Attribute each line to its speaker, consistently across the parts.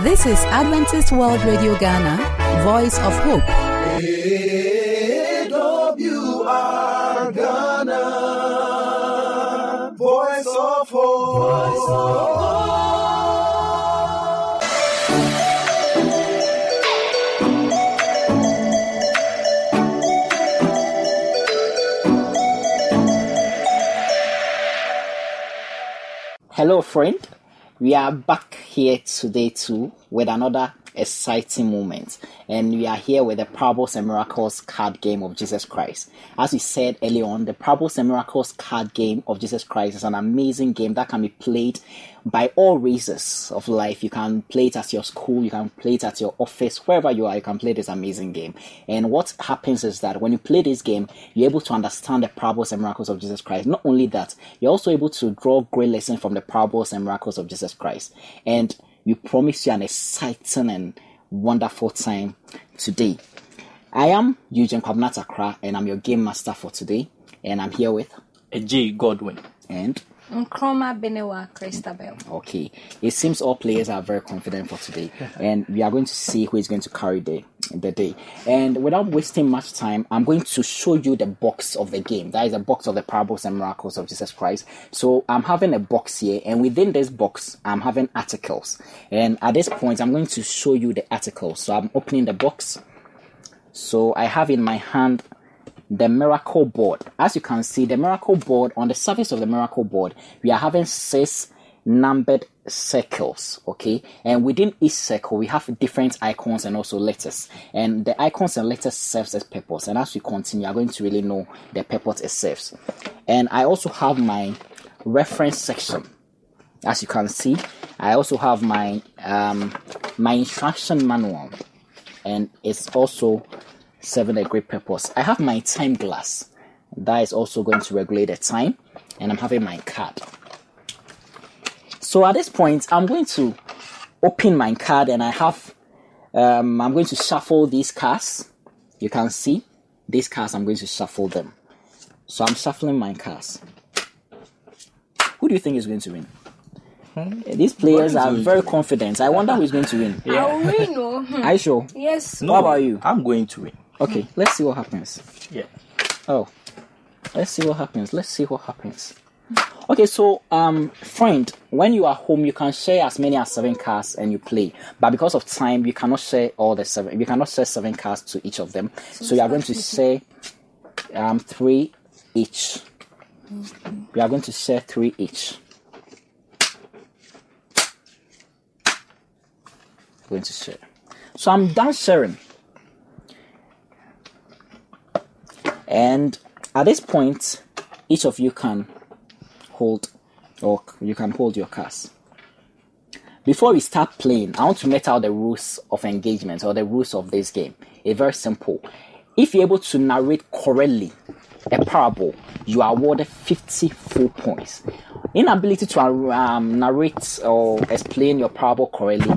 Speaker 1: This is Adventist World Radio Ghana, Voice of Hope.
Speaker 2: AWR Ghana, Voice of Hope. Voice of
Speaker 3: Hello, friend. We are back here today too with another exciting moment, and we are here with the Parables and Miracles card game of Jesus Christ. As we said earlier on, the Parables and Miracles card game of Jesus Christ is an amazing game that can be played by all races of life. You can play it at your school, you can play it at your office, wherever you are, you can play this amazing game. And what happens is that when you play this game, you're able to understand the parables and miracles of Jesus Christ. Not only that, you're also able to draw great lessons from the parables and miracles of Jesus Christ. And we promise you an exciting and wonderful time today. I am Eugene Kwabnat Akra, and I'm your game master for today. And I'm here with
Speaker 4: J. Godwin.
Speaker 3: and
Speaker 5: Nkrumah Benewa Christabel.
Speaker 3: Okay. It seems all players are very confident for today, and we are going to see who is going to carry the the day. And without wasting much time, I'm going to show you the box of the game. That is the box of the parables and miracles of Jesus Christ. So I'm having a box here, and within this box, I'm having articles. And at this point, I'm going to show you the articles. So I'm opening the box. So I have in my hand the miracle board. As you can see, the miracle board, on the surface of the miracle board, we are having six numbered circles, okay? And within each circle, we have different icons and also letters. And the icons and letters serves as purpose. And as we continue, you are going to really know the purpose it serves. And I also have my reference section. As you can see, I also have my um, my instruction manual and it's also serving a great purpose. I have my time glass that is also going to regulate the time, and I'm having my card. So at this point, I'm going to open my card, and I have um, I'm going to shuffle these cards. You can see these cards. I'm going to shuffle them. So I'm shuffling my cards. Who do you think is going to win? These players are very confident. I wonder who is going to win.
Speaker 5: I'll win, oh. Hmm.
Speaker 3: Are you sure?
Speaker 5: Yes.
Speaker 3: What about you?
Speaker 4: I'm going to win.
Speaker 3: Okay, let's see what happens.
Speaker 4: Yeah.
Speaker 3: Oh, let's see what happens. Let's see what happens. Okay, so um, friend, when you are home, you can share as many as seven cards and you play. But because of time, you cannot share all the seven. You cannot share seven cards to each of them. So you are going to share um three each. You are going to share three each. Going to share. So I'm done sharing. And at this point, each of you can hold or c- you can hold your cards. Before we start playing, I want to mete out the rules of engagement or the rules of this game. It's very simple. If you're able to narrate correctly a parable, you are awarded 50 full points. Inability to um, narrate or explain your parable correctly,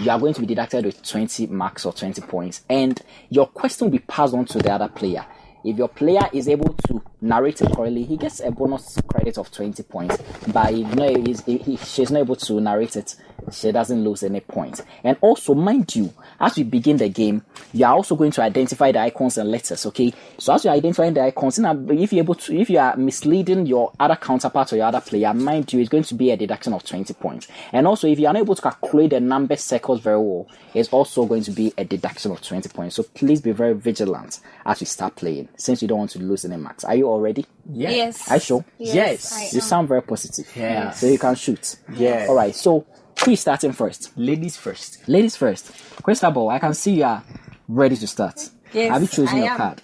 Speaker 3: you are going to be deducted with 20 marks or 20 points, and your question will be passed on to the other player. If your player is able to narrate it correctly, he gets a bonus credit of 20 points. But if, no, he's, if he- she's not able to narrate it, she doesn't lose any points. And also, mind you, as we begin the game, you are also going to identify the icons and letters. Okay, so as you're identifying the icons, you know, if you're able to, if you are misleading your other counterpart or your other player, mind you, it's going to be a deduction of 20 points. And also, if you are not able to calculate the number circles very well, it's also going to be a deduction of 20 points. So please be very vigilant as we start playing, since you don't want to lose any marks. Are you all ready?
Speaker 4: Yeah.
Speaker 5: Yes.
Speaker 3: Are you sure?
Speaker 4: Yes.
Speaker 5: I
Speaker 3: You
Speaker 5: am.
Speaker 3: sound very positive.
Speaker 4: Yes.
Speaker 3: So you can shoot.
Speaker 4: Yes.
Speaker 3: All right. So who is starting first?
Speaker 4: Ladies first.
Speaker 3: Ladies first. Christabel, I can see you are ready to start.
Speaker 5: Yes,
Speaker 3: Have you chosen
Speaker 5: I
Speaker 3: your
Speaker 5: am.
Speaker 3: card?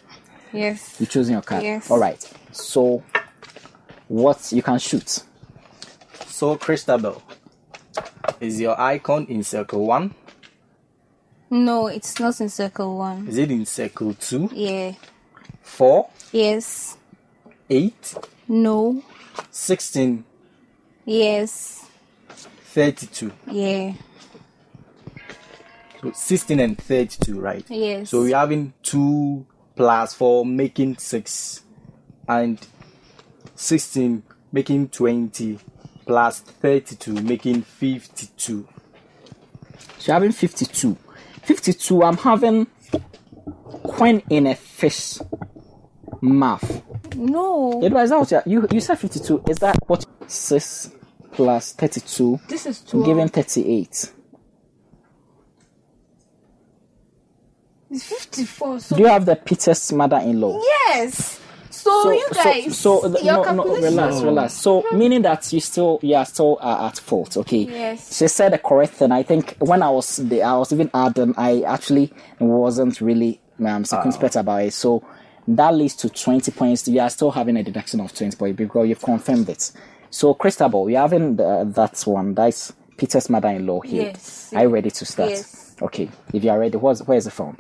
Speaker 5: Yes.
Speaker 3: You've chosen your card.
Speaker 5: Yes.
Speaker 3: All right. So what you can shoot?
Speaker 4: So Christabel is your icon in circle one?
Speaker 5: No, it's not in circle one.
Speaker 4: Is it in circle two?
Speaker 5: Yeah.
Speaker 4: Four,
Speaker 5: Yes.
Speaker 4: eight,
Speaker 5: No.
Speaker 4: sixteen,
Speaker 5: Yes.
Speaker 4: thirty-two.
Speaker 5: Yeah.
Speaker 4: So sixteen and thirty-two, right?
Speaker 5: Yes.
Speaker 4: So we're having two plus four, making six, and sixteen, making twenty, plus thirty-two, making fifty-two.
Speaker 3: So having 52. 52, I'm having coin in a fish mouth.
Speaker 5: No.
Speaker 3: Edward, is that what you're- you, you said 52. Is that what? 6 plus 32,
Speaker 5: This is 12.
Speaker 3: giving 38.
Speaker 5: It's 54. So
Speaker 3: Do you have the Peter's mother in law?
Speaker 5: yes. So, you guys.
Speaker 3: so, uh, so the-
Speaker 5: your
Speaker 3: no, no,
Speaker 5: calculation. Hmm.
Speaker 3: relax, relax. So, meaning that you still, you are still uh, at fault, okay?
Speaker 5: Yes.
Speaker 3: She said the correct thing. I think when I was there, I was even adding, I actually wasn't really um, circumspect about it. So, that leads to 20 points. You are still having a deduction of 20 points because you've confirmed it. So, Christabel, you're having the, uh, that one. That's Peter's mother in law here.
Speaker 5: Yes.
Speaker 3: Are you ready to start?
Speaker 5: Yes.
Speaker 3: Okay. If you are ready, what's, where's the phone?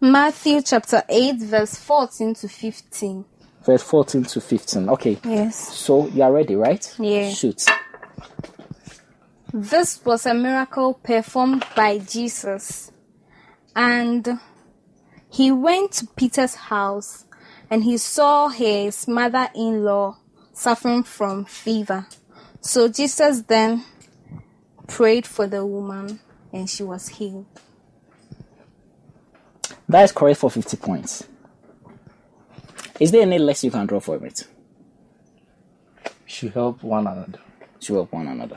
Speaker 5: Matthew chapter 8, verse 14 to 15.
Speaker 3: Verse 14 to 15. Okay.
Speaker 5: Yes.
Speaker 3: So you are ready, right?
Speaker 5: Yeah.
Speaker 3: Shoot.
Speaker 5: This was a miracle performed by Jesus. And he went to Peter's house and he saw his mother in law suffering from fever. So Jesus then prayed for the woman and she was healed.
Speaker 3: That is correct for 50 points. Is there any less you can draw from it?
Speaker 4: should help one another.
Speaker 3: To help one another.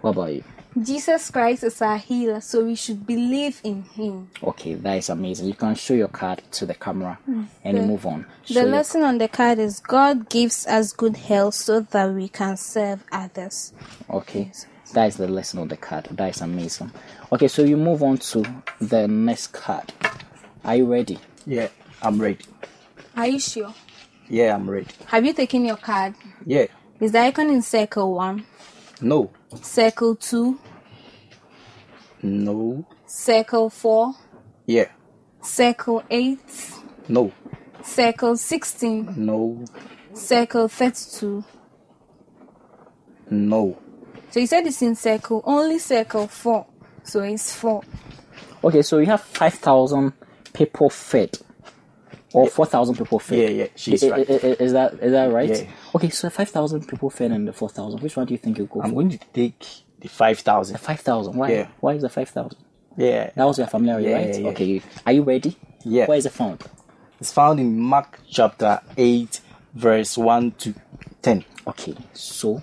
Speaker 3: What about you?
Speaker 5: Jesus Christ is our healer, so we should believe in him.
Speaker 3: Okay, that is amazing. You can show your card to the camera and move on. Show
Speaker 5: Hmm, The
Speaker 3: your-
Speaker 5: lesson on the card is God gives us good health so that we can serve others.
Speaker 3: Okay. That is the lesson of the card. That is amazing. Okay, so you move on to the next card. Are you ready?
Speaker 4: Yeah, I'm ready.
Speaker 5: Are you sure?
Speaker 4: Yeah, I'm ready.
Speaker 5: Have you taken your card?
Speaker 4: Yeah,
Speaker 5: Is the icon in circle one,
Speaker 4: no,
Speaker 5: circle two,
Speaker 4: no,
Speaker 5: circle four,
Speaker 4: yeah,
Speaker 5: circle eight,
Speaker 4: no,
Speaker 5: circle sixteen,
Speaker 4: no,
Speaker 5: circle thirty-two?
Speaker 4: no.
Speaker 5: So you said it's in circle only circle four, so it's four.
Speaker 3: Okay, so you have 5,000 people fed. Or 4,000 people fed.
Speaker 4: Yeah, yeah, she's
Speaker 3: I- I-
Speaker 4: right.
Speaker 3: I- I- Is that, is that right?
Speaker 4: Yeah.
Speaker 3: Okay, so 5,000 people fed and the 4,000. Which one do you think you go
Speaker 4: I'm
Speaker 3: for?
Speaker 4: going to take the 5,000.
Speaker 3: 5,000. Why?
Speaker 4: Yeah.
Speaker 3: Why is the 5,000?
Speaker 4: Yeah,
Speaker 3: That was your familiar,
Speaker 4: Yeah,
Speaker 3: right?
Speaker 4: yeah, yeah.
Speaker 3: Okay. you- Are you ready?
Speaker 4: Yeah.
Speaker 3: Where is the phone?
Speaker 4: it's found in Mark chapter 8, verse 1 to 10.
Speaker 3: Okay, so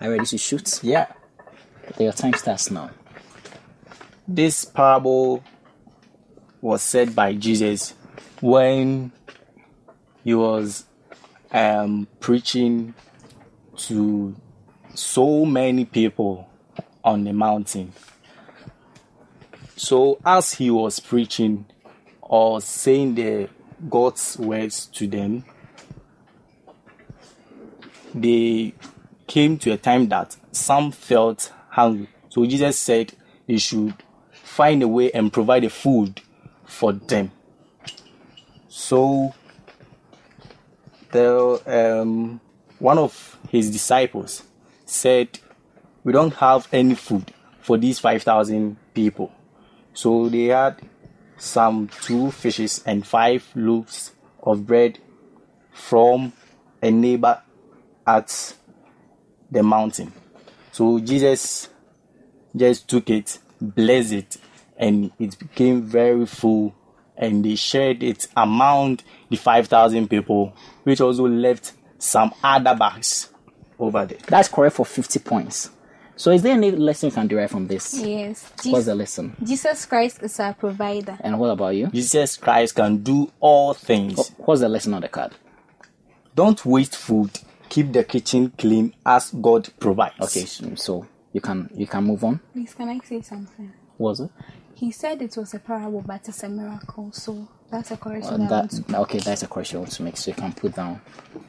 Speaker 3: are you ready to shoot?
Speaker 4: Yeah,
Speaker 3: Your time starts now.
Speaker 4: this parable was said by Jesus when he was um, preaching to so many people on the mountain. So, as he was preaching or saying the God's words to them, they came to a time that some felt hungry. So, Jesus said they should find a way and provide a food for them. So, the um, one of his disciples said, "We don't have any food for these five thousand people." So they had some two fishes and five loaves of bread from a neighbor at the mountain. So Jesus just took it, blessed it, and it became very full. And they shared it among the 5,000 people, which also left some other bags over there.
Speaker 3: That's correct for 50 points. So is there any lesson you can derive from this?
Speaker 5: Yes.
Speaker 3: What's
Speaker 5: Jesus,
Speaker 3: the lesson?
Speaker 5: Jesus Christ is our provider.
Speaker 3: And what about you?
Speaker 4: Jesus Christ can do all things.
Speaker 3: What's the lesson on the card?
Speaker 4: Don't waste food. Keep the kitchen clean as God provides.
Speaker 3: Okay, so so you can you can move on.
Speaker 5: Please, can I say something?
Speaker 3: Was it?
Speaker 5: He said it was a parable, but it's a miracle, so that's a correction.
Speaker 3: And
Speaker 5: I want
Speaker 3: that
Speaker 5: to
Speaker 3: okay, that's a correction I want to make, so you can put down.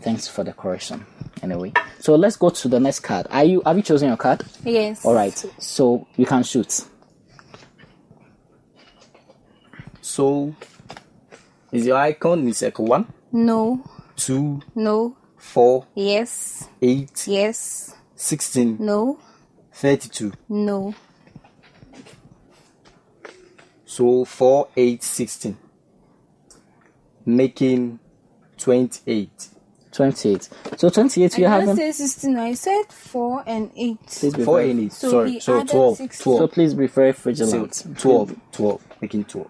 Speaker 3: Thanks for the correction. Anyway, so let's go to the next card. Are you have you chosen your card?
Speaker 5: Yes.
Speaker 3: All right, so you can shoot.
Speaker 4: So, is your icon in circle one,
Speaker 5: No.
Speaker 4: two,
Speaker 5: No.
Speaker 4: four,
Speaker 5: Yes.
Speaker 4: eight,
Speaker 5: Yes.
Speaker 4: 16,
Speaker 5: No.
Speaker 4: 32.
Speaker 5: No.
Speaker 4: So 4, 8, 16. Making 28.
Speaker 3: 28. So 28, you
Speaker 5: I
Speaker 3: haven't.
Speaker 5: say 16. I said 4 and 8.
Speaker 3: Please be
Speaker 4: Four
Speaker 3: very-
Speaker 4: and eight.
Speaker 5: So
Speaker 4: Sorry,
Speaker 5: he
Speaker 4: so
Speaker 5: added
Speaker 4: 12,
Speaker 5: six.
Speaker 4: 12,
Speaker 3: So please be very
Speaker 4: so
Speaker 3: vigilant.
Speaker 4: 12, 12, making 12.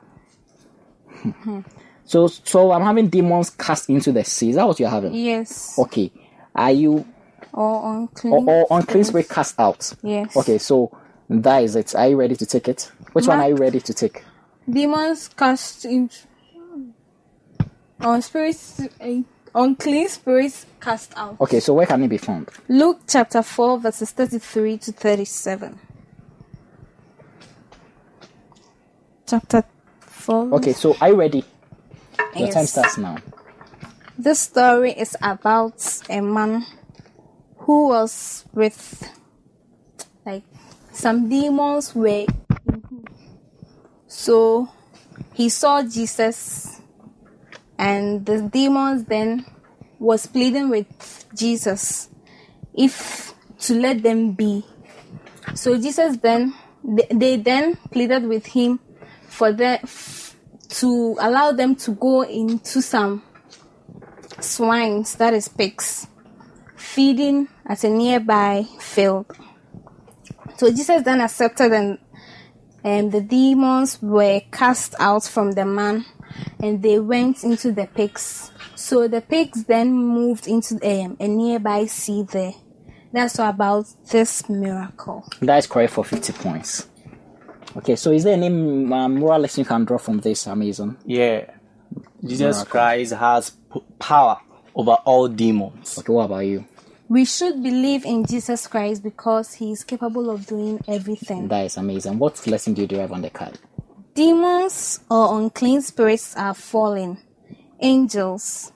Speaker 3: So, so I'm having demons cast into the sea. Is that what you're having?
Speaker 5: Yes.
Speaker 3: Okay. Are you
Speaker 5: Or unclean.
Speaker 3: or, or unclean spirit cast out?
Speaker 5: Yes.
Speaker 3: Okay, so that is it. Are you ready to take it? Which one
Speaker 5: Ma-
Speaker 3: are you ready to take?
Speaker 5: Demons cast into. On spirits. eh, Unclean spirits cast out.
Speaker 3: Okay, so where can it be found?
Speaker 5: Luke chapter 4, verses 33 to 37. Chapter 4.
Speaker 3: Okay, so are you ready? Your time
Speaker 5: Yes.
Speaker 3: starts now.
Speaker 5: This story is about a man who was with like some demons were in him. so he saw Jesus and the demons then was pleading with Jesus if to let them be so Jesus then they, they then pleaded with him for the f- to allow them to go into some swines, that is pigs, feeding at a nearby field. So Jesus then accepted, and, and the demons were cast out from the man, and they went into the pigs. So the pigs then moved into um, a nearby sea there. That's all about this miracle.
Speaker 3: That is correct for 50 points. Okay, so is there any um, moral lesson you can draw from this, Amazon?
Speaker 4: Yeah. Jesus Christ has p- power over all demons.
Speaker 3: Okay, what about you?
Speaker 5: We should believe in Jesus Christ because he is capable of doing everything.
Speaker 3: That is amazing. What lesson do you derive on the card?
Speaker 5: Demons or unclean spirits are fallen. Angels.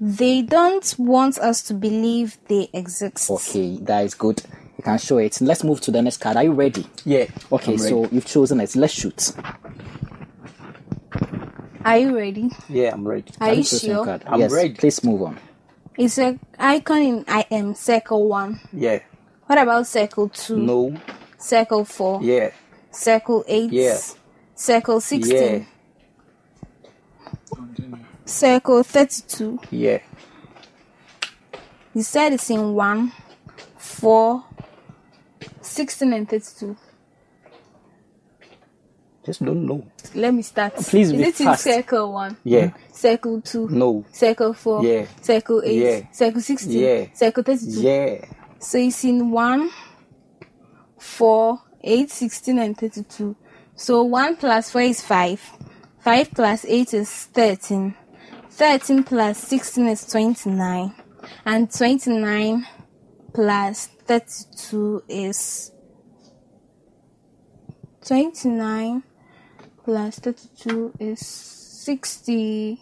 Speaker 5: They don't want us to believe they exist.
Speaker 3: Okay, that is good. You can show it. Let's move to the next card. Are you ready?
Speaker 4: Yeah.
Speaker 3: Okay,
Speaker 4: I'm ready.
Speaker 3: so you've chosen it. Let's shoot.
Speaker 5: Are you ready?
Speaker 4: Yeah, I'm ready.
Speaker 5: Are you
Speaker 3: Let's choose the
Speaker 5: sure?
Speaker 3: card.
Speaker 4: I'm
Speaker 3: yes,
Speaker 4: ready.
Speaker 3: Please move on.
Speaker 5: It's an icon in I am circle one.
Speaker 4: Yeah.
Speaker 5: What about circle two?
Speaker 4: No.
Speaker 5: Circle four.
Speaker 4: Yeah.
Speaker 5: Circle eight.
Speaker 4: Yeah.
Speaker 5: Circle sixteen.
Speaker 4: Yeah.
Speaker 5: Circle thirty-two.
Speaker 4: Yeah.
Speaker 5: You said it's in one, four, sixteen, and thirty-two.
Speaker 4: Just don't know.
Speaker 5: Let me
Speaker 4: Oh,
Speaker 5: start.
Speaker 3: Please
Speaker 5: Is
Speaker 3: be
Speaker 5: it
Speaker 3: fast.
Speaker 5: in circle one?
Speaker 4: Yeah.
Speaker 5: Circle two.
Speaker 4: No.
Speaker 5: Circle four.
Speaker 4: Yeah.
Speaker 5: Circle eight.
Speaker 4: Yeah.
Speaker 5: Circle sixteen.
Speaker 4: Yeah.
Speaker 5: Circle thirty-two.
Speaker 4: Yeah.
Speaker 5: So it's in one, four, eight, sixteen, and thirty-two. So one plus four is five. Five plus eight is thirteen. Thirteen plus sixteen is twenty-nine, and twenty-nine plus thirty-two is twenty-nine plus thirty-two is sixty.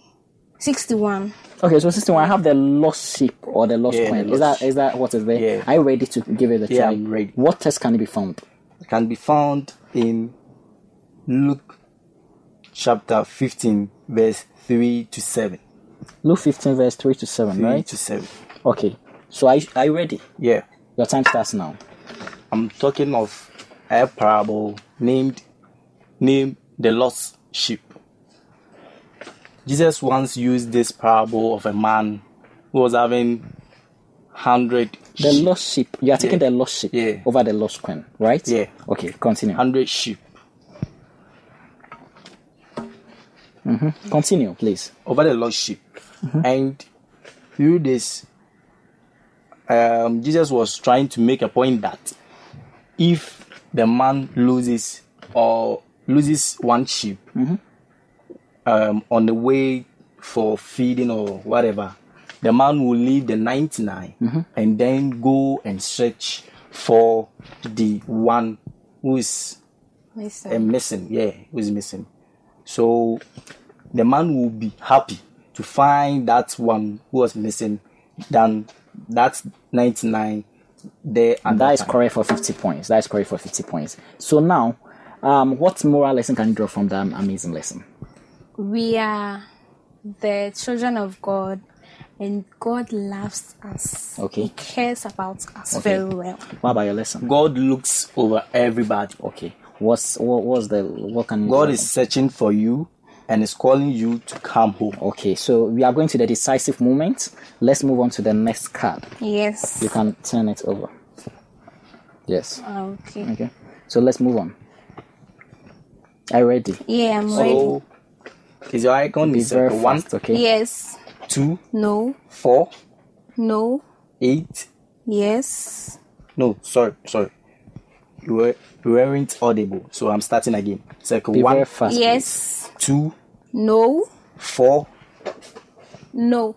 Speaker 5: 61.
Speaker 3: Okay, so sister, I have the lost sheep or the lost
Speaker 4: Yeah,
Speaker 3: coin.
Speaker 4: the
Speaker 3: is
Speaker 4: lost
Speaker 3: that is that what is there?
Speaker 4: Yeah.
Speaker 3: Are you ready to give it a
Speaker 4: Yeah,
Speaker 3: try?
Speaker 4: I'm ready.
Speaker 3: What test can it be found?
Speaker 4: Can be found in Luke chapter 15, verse 3 to 7.
Speaker 3: Luke 15, verse 3 to 7,
Speaker 4: 3
Speaker 3: right?
Speaker 4: to 7.
Speaker 3: Okay, so are you, are you ready?
Speaker 4: Yeah.
Speaker 3: Your time starts now.
Speaker 4: I'm talking of a parable named named the lost sheep. Jesus once used this parable of a man who was having hundred
Speaker 3: The
Speaker 4: sheep,
Speaker 3: lost sheep. You are taking
Speaker 4: Yeah.
Speaker 3: the lost sheep
Speaker 4: Yeah.
Speaker 3: over the lost coin, right?
Speaker 4: Yeah.
Speaker 3: Okay, continue.
Speaker 4: hundred sheep.
Speaker 3: Continue, please.
Speaker 4: over the lost sheep. And through this, um, Jesus was trying to make a point that if the man loses or loses one sheep um, on the way for feeding or whatever, the man will leave the 99 and then go and search for the one who is
Speaker 5: Listen.
Speaker 4: uh, missing. Yeah, who is missing. So the man will be happy to find that one who was missing than that 99 there and
Speaker 3: That is correct for 50 points. That is correct for 50 points. So now, um, what moral lesson can you draw from that amazing lesson?
Speaker 5: we are the children of God and God loves us.
Speaker 3: Okay.
Speaker 5: He cares about us
Speaker 3: Okay.
Speaker 5: very well.
Speaker 3: What about your lesson?
Speaker 4: God looks over everybody.
Speaker 3: Okay. What's what was the what can you
Speaker 4: God
Speaker 3: draw
Speaker 4: is searching for you and is calling you to come home.
Speaker 3: Okay, so we are going to the decisive moment. Let's move on to the next card.
Speaker 5: Yes.
Speaker 3: You can turn it over. Yes.
Speaker 5: Okay.
Speaker 3: Okay. So let's move on. Are you ready?
Speaker 5: Yeah, I'm ready.
Speaker 4: So is your icon
Speaker 3: Be
Speaker 4: is uh,
Speaker 3: very
Speaker 4: one,
Speaker 3: fast, okay?
Speaker 5: Yes.
Speaker 4: two,
Speaker 5: No.
Speaker 4: four,
Speaker 5: No.
Speaker 4: eight.
Speaker 5: Yes.
Speaker 4: No, sorry, sorry. You were you weren't audible, so I'm starting again. Circle
Speaker 3: Be very
Speaker 4: one,
Speaker 3: fast.
Speaker 5: Yes.
Speaker 4: two,
Speaker 5: No.
Speaker 4: four,
Speaker 5: No.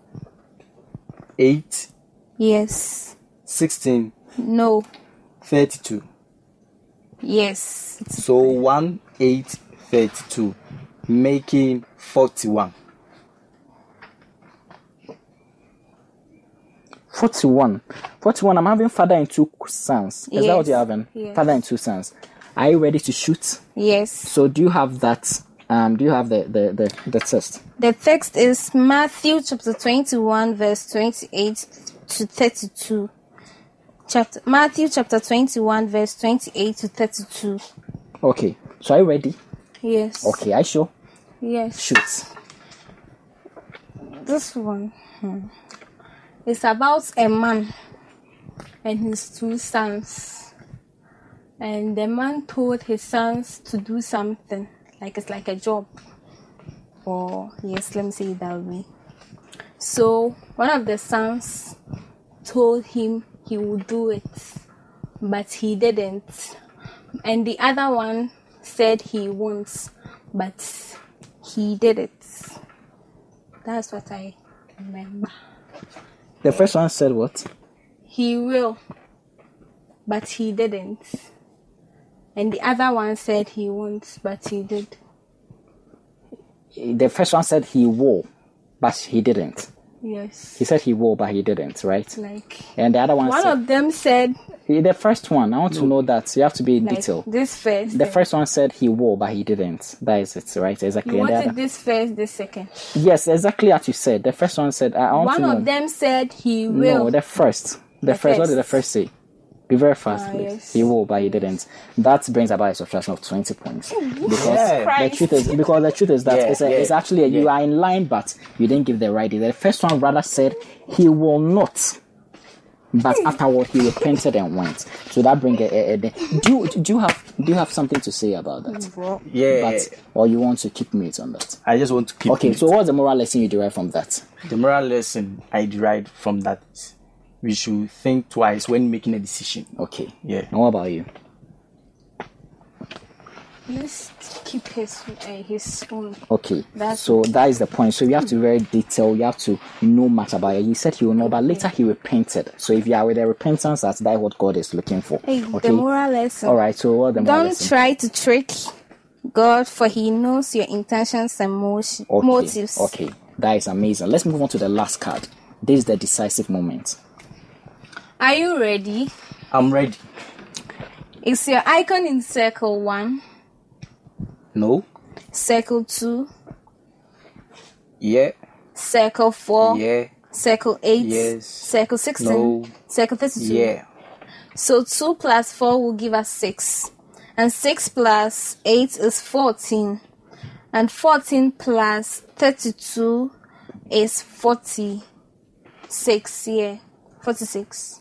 Speaker 4: eight,
Speaker 5: Yes.
Speaker 4: sixteen,
Speaker 5: No.
Speaker 4: thirty-two.
Speaker 5: Yes.
Speaker 4: So one, eight, thirty-two, making forty-one.
Speaker 3: 41. 41. I'm having father and two sons. Is that what
Speaker 5: Yes.
Speaker 3: you're having?
Speaker 5: Yes.
Speaker 3: Father and two sons. Are you ready to shoot?
Speaker 5: Yes.
Speaker 3: So do you have that? Um, do you have the the the, the test?
Speaker 5: The text is Matthew chapter 21 verse 28 to 32. Chapter Matthew chapter 21 verse 28 to 32.
Speaker 3: Okay. So are you ready?
Speaker 5: Yes.
Speaker 3: Okay. Are you sure?
Speaker 5: Yes.
Speaker 3: Shoot.
Speaker 5: This one hmm, is about a man and his two sons. And the man told his sons to do something, like it's like a job. Or, yes, let me say it that way. So, one of the sons told him he would do it, but he didn't. And the other one said he won't, but he did it. That's what I remember.
Speaker 3: The first one said what?
Speaker 5: He will, but he didn't. And the other one said he won't, but he did.
Speaker 3: The first one said he wore, but he didn't.
Speaker 5: Yes.
Speaker 3: He said he wore, but he didn't. Right?
Speaker 5: Like
Speaker 3: And the other one
Speaker 5: one
Speaker 3: said
Speaker 5: of them said,
Speaker 3: the first one. I want to know that. You have to be in
Speaker 5: like
Speaker 3: detail.
Speaker 5: this first.
Speaker 3: The first one said he wore, but he didn't. That is it, right? Exactly.
Speaker 5: You
Speaker 3: And the
Speaker 5: wanted
Speaker 3: other-
Speaker 5: this first, this second.
Speaker 3: yes, exactly as you said. The first one said, "I I want
Speaker 5: One
Speaker 3: to know."
Speaker 5: of them said he will.
Speaker 3: No, the first. The,
Speaker 5: The
Speaker 3: first. What did the
Speaker 5: first.
Speaker 3: first say? Be very fast,
Speaker 5: Ah,
Speaker 3: please.
Speaker 5: yes.
Speaker 3: He will, but he didn't. That brings about a subtraction of twenty points because the
Speaker 5: Christ.
Speaker 3: truth is because the truth is that
Speaker 4: Yeah,
Speaker 3: it's, a,
Speaker 4: yeah,
Speaker 3: it's actually a, you
Speaker 4: yeah.
Speaker 3: are in line, but you didn't give the right idea. The first one rather said he will not, but
Speaker 5: Hmm.
Speaker 3: afterward he repented and went. So that brings a, a, a do you, do you have do you have something to say about
Speaker 5: Hmm.
Speaker 3: that?
Speaker 4: Yeah,
Speaker 3: But or you want to keep mute on that?
Speaker 4: I just want to keep.
Speaker 3: Okay.
Speaker 4: it.
Speaker 3: So what's the moral lesson you derive from that?
Speaker 4: The moral lesson I derived from that is we should think twice when making a decision.
Speaker 3: Okay.
Speaker 4: Yeah.
Speaker 3: And what about you?
Speaker 5: Let's keep his uh, his own.
Speaker 3: Okay,
Speaker 5: That's-
Speaker 3: so that is the point. So you have to be very detail. You have to know much about it. You said he will know, but later he repented. So if you are with a repentance, that's that is what God is looking for.
Speaker 5: Hey,
Speaker 3: okay.
Speaker 5: the moral lesson.
Speaker 3: All right. So what the moral
Speaker 5: Don't
Speaker 3: lesson?
Speaker 5: try to trick God, for He knows your intentions and motion,
Speaker 3: okay.
Speaker 5: motives.
Speaker 3: Okay, that is amazing. Let's move on to the last card. This is the decisive moment.
Speaker 5: Are you ready?
Speaker 4: I'm ready.
Speaker 5: Is your icon in circle one,
Speaker 4: No.
Speaker 5: circle two,
Speaker 4: Yeah.
Speaker 5: circle four,
Speaker 4: Yeah.
Speaker 5: circle eight,
Speaker 4: Yes.
Speaker 5: circle sixteen,
Speaker 4: No.
Speaker 5: circle thirty-two?
Speaker 4: Yeah.
Speaker 5: So two plus four will give us six, and six plus eight is fourteen, and fourteen plus thirty-two is forty-six. Yeah, forty-six.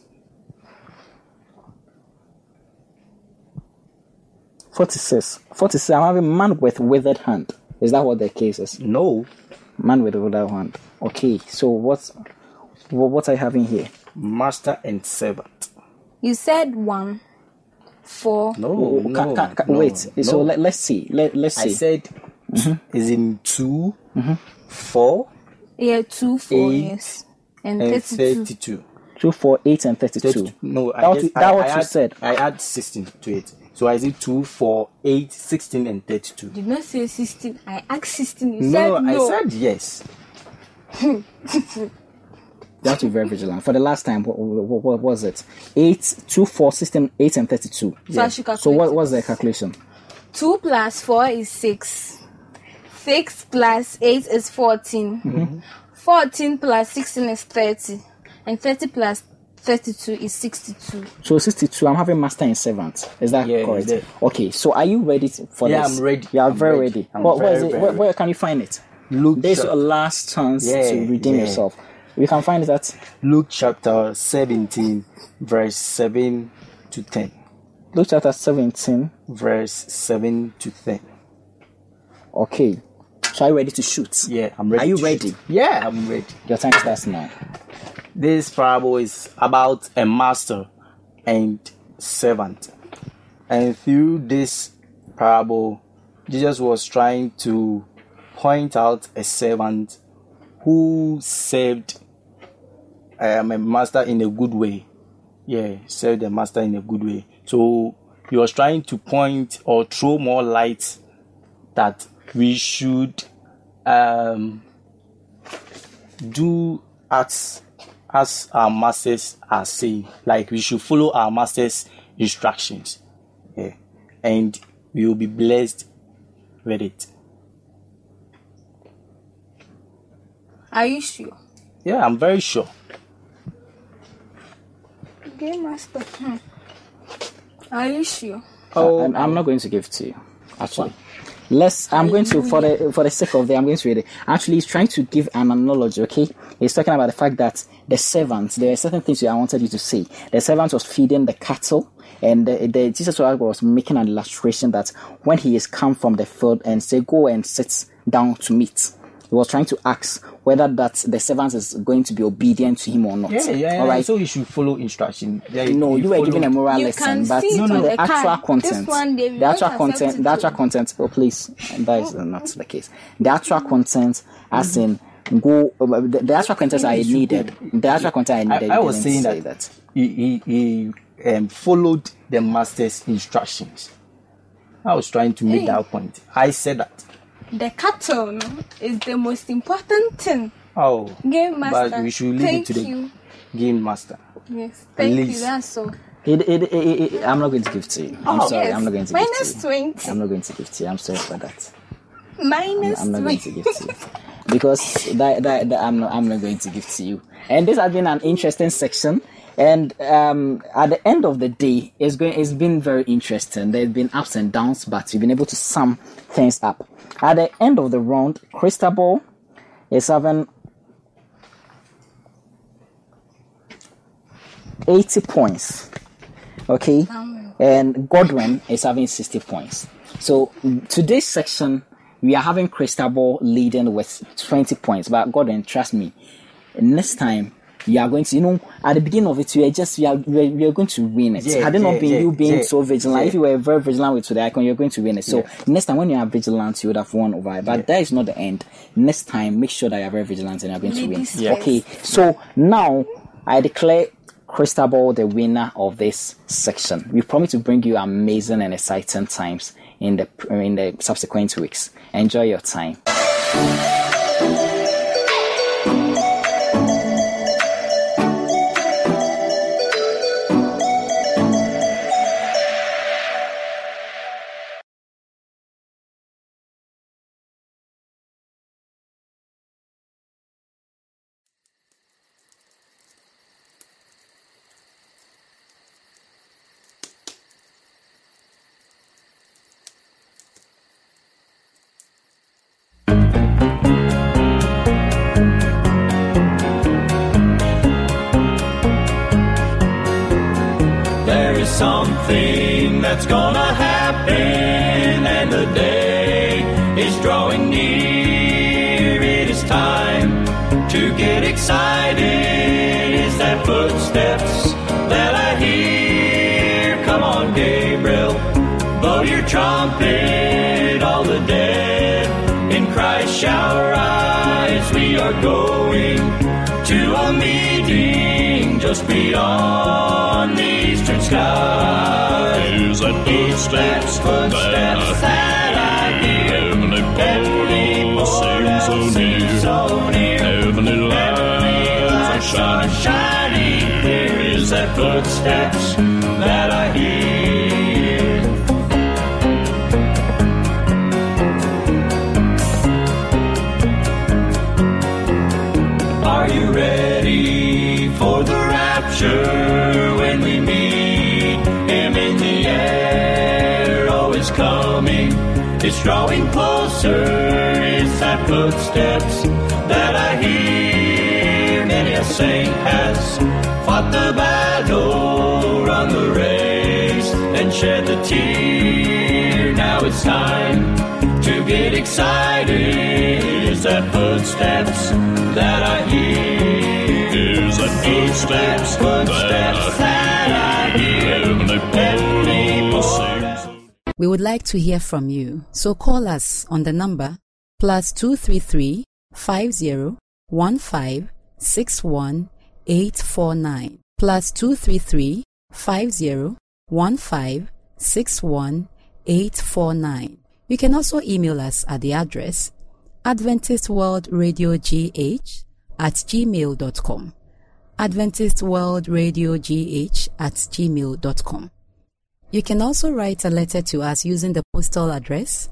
Speaker 3: Forty-six. Forty-six. I'm having man with withered hand. Is that what the case is?
Speaker 4: No.
Speaker 3: Man with withered hand. Okay. So what's what, what are you having here?
Speaker 4: Master and servant.
Speaker 5: You said one, four.
Speaker 4: No.
Speaker 3: Ca-
Speaker 4: Oh, no,
Speaker 3: ca- ca-
Speaker 4: no,
Speaker 3: wait.
Speaker 4: no.
Speaker 3: So let, let's see. Let, let's see. Mm-hmm.
Speaker 4: I said is in 2 four,
Speaker 5: Yeah, two, four.
Speaker 4: Eight
Speaker 5: yes, and,
Speaker 4: and
Speaker 5: 32.
Speaker 4: thirty-two.
Speaker 3: Two, four, eight, and thirty-two.
Speaker 4: No,
Speaker 3: that
Speaker 4: I
Speaker 3: what,
Speaker 4: guess
Speaker 3: you-
Speaker 4: I-
Speaker 3: that what
Speaker 4: I
Speaker 3: you
Speaker 4: add-
Speaker 3: said.
Speaker 4: I add sixteen to it. So I said two, four, eight, sixteen, and thirty-two.
Speaker 5: Did not say sixteen. I asked sixteen. You said
Speaker 4: No,
Speaker 5: no.
Speaker 4: I said yes.
Speaker 3: You have to be very vigilant. For the last time, what, what, what was it? Eight, two, four, system, eight, and thirty-two.
Speaker 5: So I should
Speaker 3: So what
Speaker 5: calculate
Speaker 3: was the calculation?
Speaker 5: two plus four is six. Six plus eight is
Speaker 3: Mm-hmm.
Speaker 5: 14 Fourteen plus sixteen is thirty, and thirty plus 32 is 62.
Speaker 3: So 62, I'm having master in seventh. Is that
Speaker 4: Yeah,
Speaker 3: correct?
Speaker 4: yeah.
Speaker 3: Okay, so are you ready to- for
Speaker 4: Yeah,
Speaker 3: this?
Speaker 4: I'm ready.
Speaker 3: You are
Speaker 4: I'm
Speaker 3: very
Speaker 4: ready.
Speaker 3: ready.
Speaker 4: I'm
Speaker 3: What- what
Speaker 4: very,
Speaker 3: is it?
Speaker 4: very
Speaker 3: where, where
Speaker 4: ready.
Speaker 3: can you find it?
Speaker 4: Luke,
Speaker 3: This is
Speaker 4: chap-
Speaker 3: your last chance
Speaker 4: Yeah,
Speaker 3: to redeem
Speaker 4: yeah.
Speaker 3: yourself. You can find it at
Speaker 4: Luke chapter 17, verse 7 to 10.
Speaker 3: Luke chapter 17.
Speaker 4: Verse 7 to 10.
Speaker 3: Okay, so are you ready to shoot?
Speaker 4: Yeah, I'm ready.
Speaker 3: Are you
Speaker 4: to
Speaker 3: ready?
Speaker 4: shoot. Yeah, I'm ready.
Speaker 3: Your time starts now.
Speaker 4: This parable is about a master and servant. And through this parable, Jesus was trying to point out a servant who served um, a master in a good way. Yeah, served the master in a good way. So he was trying to point or throw more light that we should um, do as as our masters are saying. Like we should follow our masters' instructions. Yeah. And we will be blessed with it.
Speaker 5: Are you sure?
Speaker 4: Yeah, I'm very sure.
Speaker 5: Game master. Hmm. Are you sure?
Speaker 4: Oh,
Speaker 3: I'm, I'm not going to give it to you. Actually, let's. I'm going to for the for the sake of the. I'm going to read it. Actually, he's trying to give an analogy. Okay, he's talking about the fact that the servant. There are certain things that I wanted you to see. The servant was feeding the cattle, and the, the Jesus was making an illustration that when he is come from the field and say, "Go and sit down to meat." He was trying to ask whether that the servant is going to be obedient to him or not.
Speaker 4: yeah, yeah, yeah.
Speaker 3: All right.
Speaker 4: So you should follow instruction. Yeah,
Speaker 3: No, you were
Speaker 4: follow-
Speaker 3: given a moral
Speaker 5: You
Speaker 3: lesson,
Speaker 5: can
Speaker 3: but
Speaker 5: see it
Speaker 3: no,
Speaker 5: on
Speaker 3: no,
Speaker 5: the
Speaker 3: the actual
Speaker 5: card. This
Speaker 3: content,
Speaker 5: one, they will
Speaker 3: the actual
Speaker 5: not accept
Speaker 3: content,
Speaker 5: it
Speaker 3: the actual
Speaker 5: too.
Speaker 3: content. Oh, please, that is not the case. The actual content, as in
Speaker 5: Mm-hmm.
Speaker 3: go, the, the actual content I needed, the actual content I
Speaker 4: I,
Speaker 3: needed.
Speaker 4: I
Speaker 3: you
Speaker 4: was
Speaker 3: didn't
Speaker 4: saying
Speaker 3: say
Speaker 4: that, he, he, he um, followed the master's instructions. I was trying to make
Speaker 5: Hey.
Speaker 4: that point. I said that.
Speaker 5: The cattle no, is the most important thing.
Speaker 4: Oh,
Speaker 5: Game master.
Speaker 4: but we should leave
Speaker 5: Thank
Speaker 4: it to the
Speaker 5: you.
Speaker 4: game master.
Speaker 5: Yes. Thank you.
Speaker 4: Release.
Speaker 5: That's all.
Speaker 3: It, it, it, it, it- I'm not going to give to you. I'm
Speaker 4: Oh.
Speaker 3: sorry,
Speaker 5: yes.
Speaker 3: I'm not going to
Speaker 5: Minus
Speaker 3: give to you.
Speaker 5: 20.
Speaker 3: I'm not going to give to you. I'm sorry for that.
Speaker 5: Minus
Speaker 3: I'm not going to
Speaker 5: 20.
Speaker 3: give to you because that, that, that I'm not I'm not going to give to you. And this has been an interesting section. And um, at the end of the day, it's going it's been very interesting. There's been ups and downs, but you've been able to sum things up. At the end of the round, Cristobal is having 80 points. Okay? And Godwin is having 60 points. So today's section, we are having Cristobal leading with 20 points. But Godwin, trust me, next time, you are going to, you know, at the beginning of it, you are just, you are, you are, you are going to win it.
Speaker 4: Yeah,
Speaker 3: Had it not
Speaker 4: yeah,
Speaker 3: been
Speaker 4: yeah,
Speaker 3: you being
Speaker 4: yeah,
Speaker 3: so vigilant,
Speaker 4: yeah.
Speaker 3: if you were very vigilant with the icon, you're going to win it. So next time, when you are vigilant, you would have won over. it. But that is not the end. Next time, make sure that you are very vigilant and you are going to win.
Speaker 5: Ladies Yeah. first.
Speaker 3: Okay, so now I declare Cristobal the winner of this section. We promise to bring you amazing and exciting times in the in the subsequent weeks. Enjoy your time.
Speaker 6: There is something that's gonna happen, and the day is drawing near. It is time to get excited. Is that footsteps that I hear? Come on, Gabriel, blow your trumpet. All the dead in Christ shall rise. We are going to a meeting just beyond the eastern sky. Is that footsteps, footsteps that I hear? Heavenly Paul seems so near. Heavenly lights are shining, shining clear. Is that footsteps that I hear? Are you ready for the rapture? Oh, It's drawing closer. It's that footsteps that I hear. Many a saint has fought the battle, run the race, and shed the tear. Now it's time to get excited. It's that footsteps that I hear. Is that footsteps, footsteps that I hear? Heavenly Father.
Speaker 1: We would like to hear from you, so call us on the number plus 233 50 15 61 849 plus 233 50 15 61 849. You can also email us at the address Adventist World Radio GH at gmail.com. Adventist World Radio GH at gmail.com. You can also write a letter to us using the postal address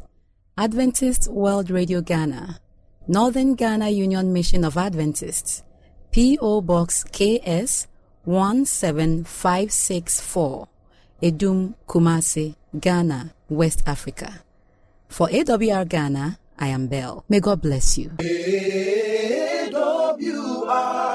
Speaker 1: Adventist World Radio Ghana, Northern Ghana Union Mission of Adventists, P.O. Box KS 17564, Edum Kumasi, Ghana, West Africa. For AWR Ghana, I am Bell. May God bless you.
Speaker 2: A-W-R.